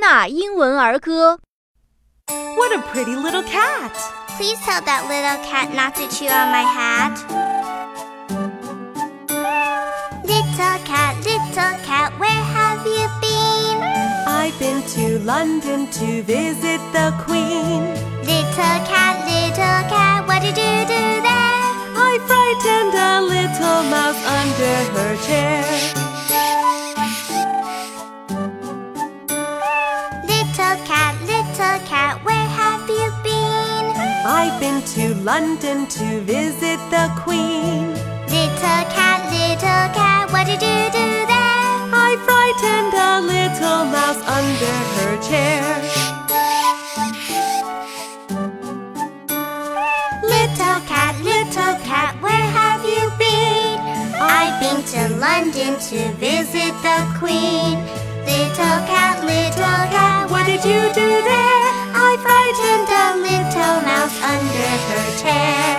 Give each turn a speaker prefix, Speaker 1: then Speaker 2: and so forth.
Speaker 1: 纳英文儿歌》。
Speaker 2: What a pretty little cat!
Speaker 3: Please tell that little cat not to chew on my hat. Little cat, little cat, where have you been?
Speaker 2: I've been to London to visit the Queen.
Speaker 3: Little cat, little cat, what did you do there?
Speaker 2: I frightened a little mouse under her chair.
Speaker 3: Little cat, little cat, where have you been?
Speaker 2: I've been to London to visit the Queen.
Speaker 3: Little cat, little cat, what did you do there?
Speaker 2: I frightened a little mouse under her chair.
Speaker 3: Little cat, little cat, where have you been? I've been to London to visit the Queen. Little cat, little cat, what did you do there? I frightened a little mouse under her chair.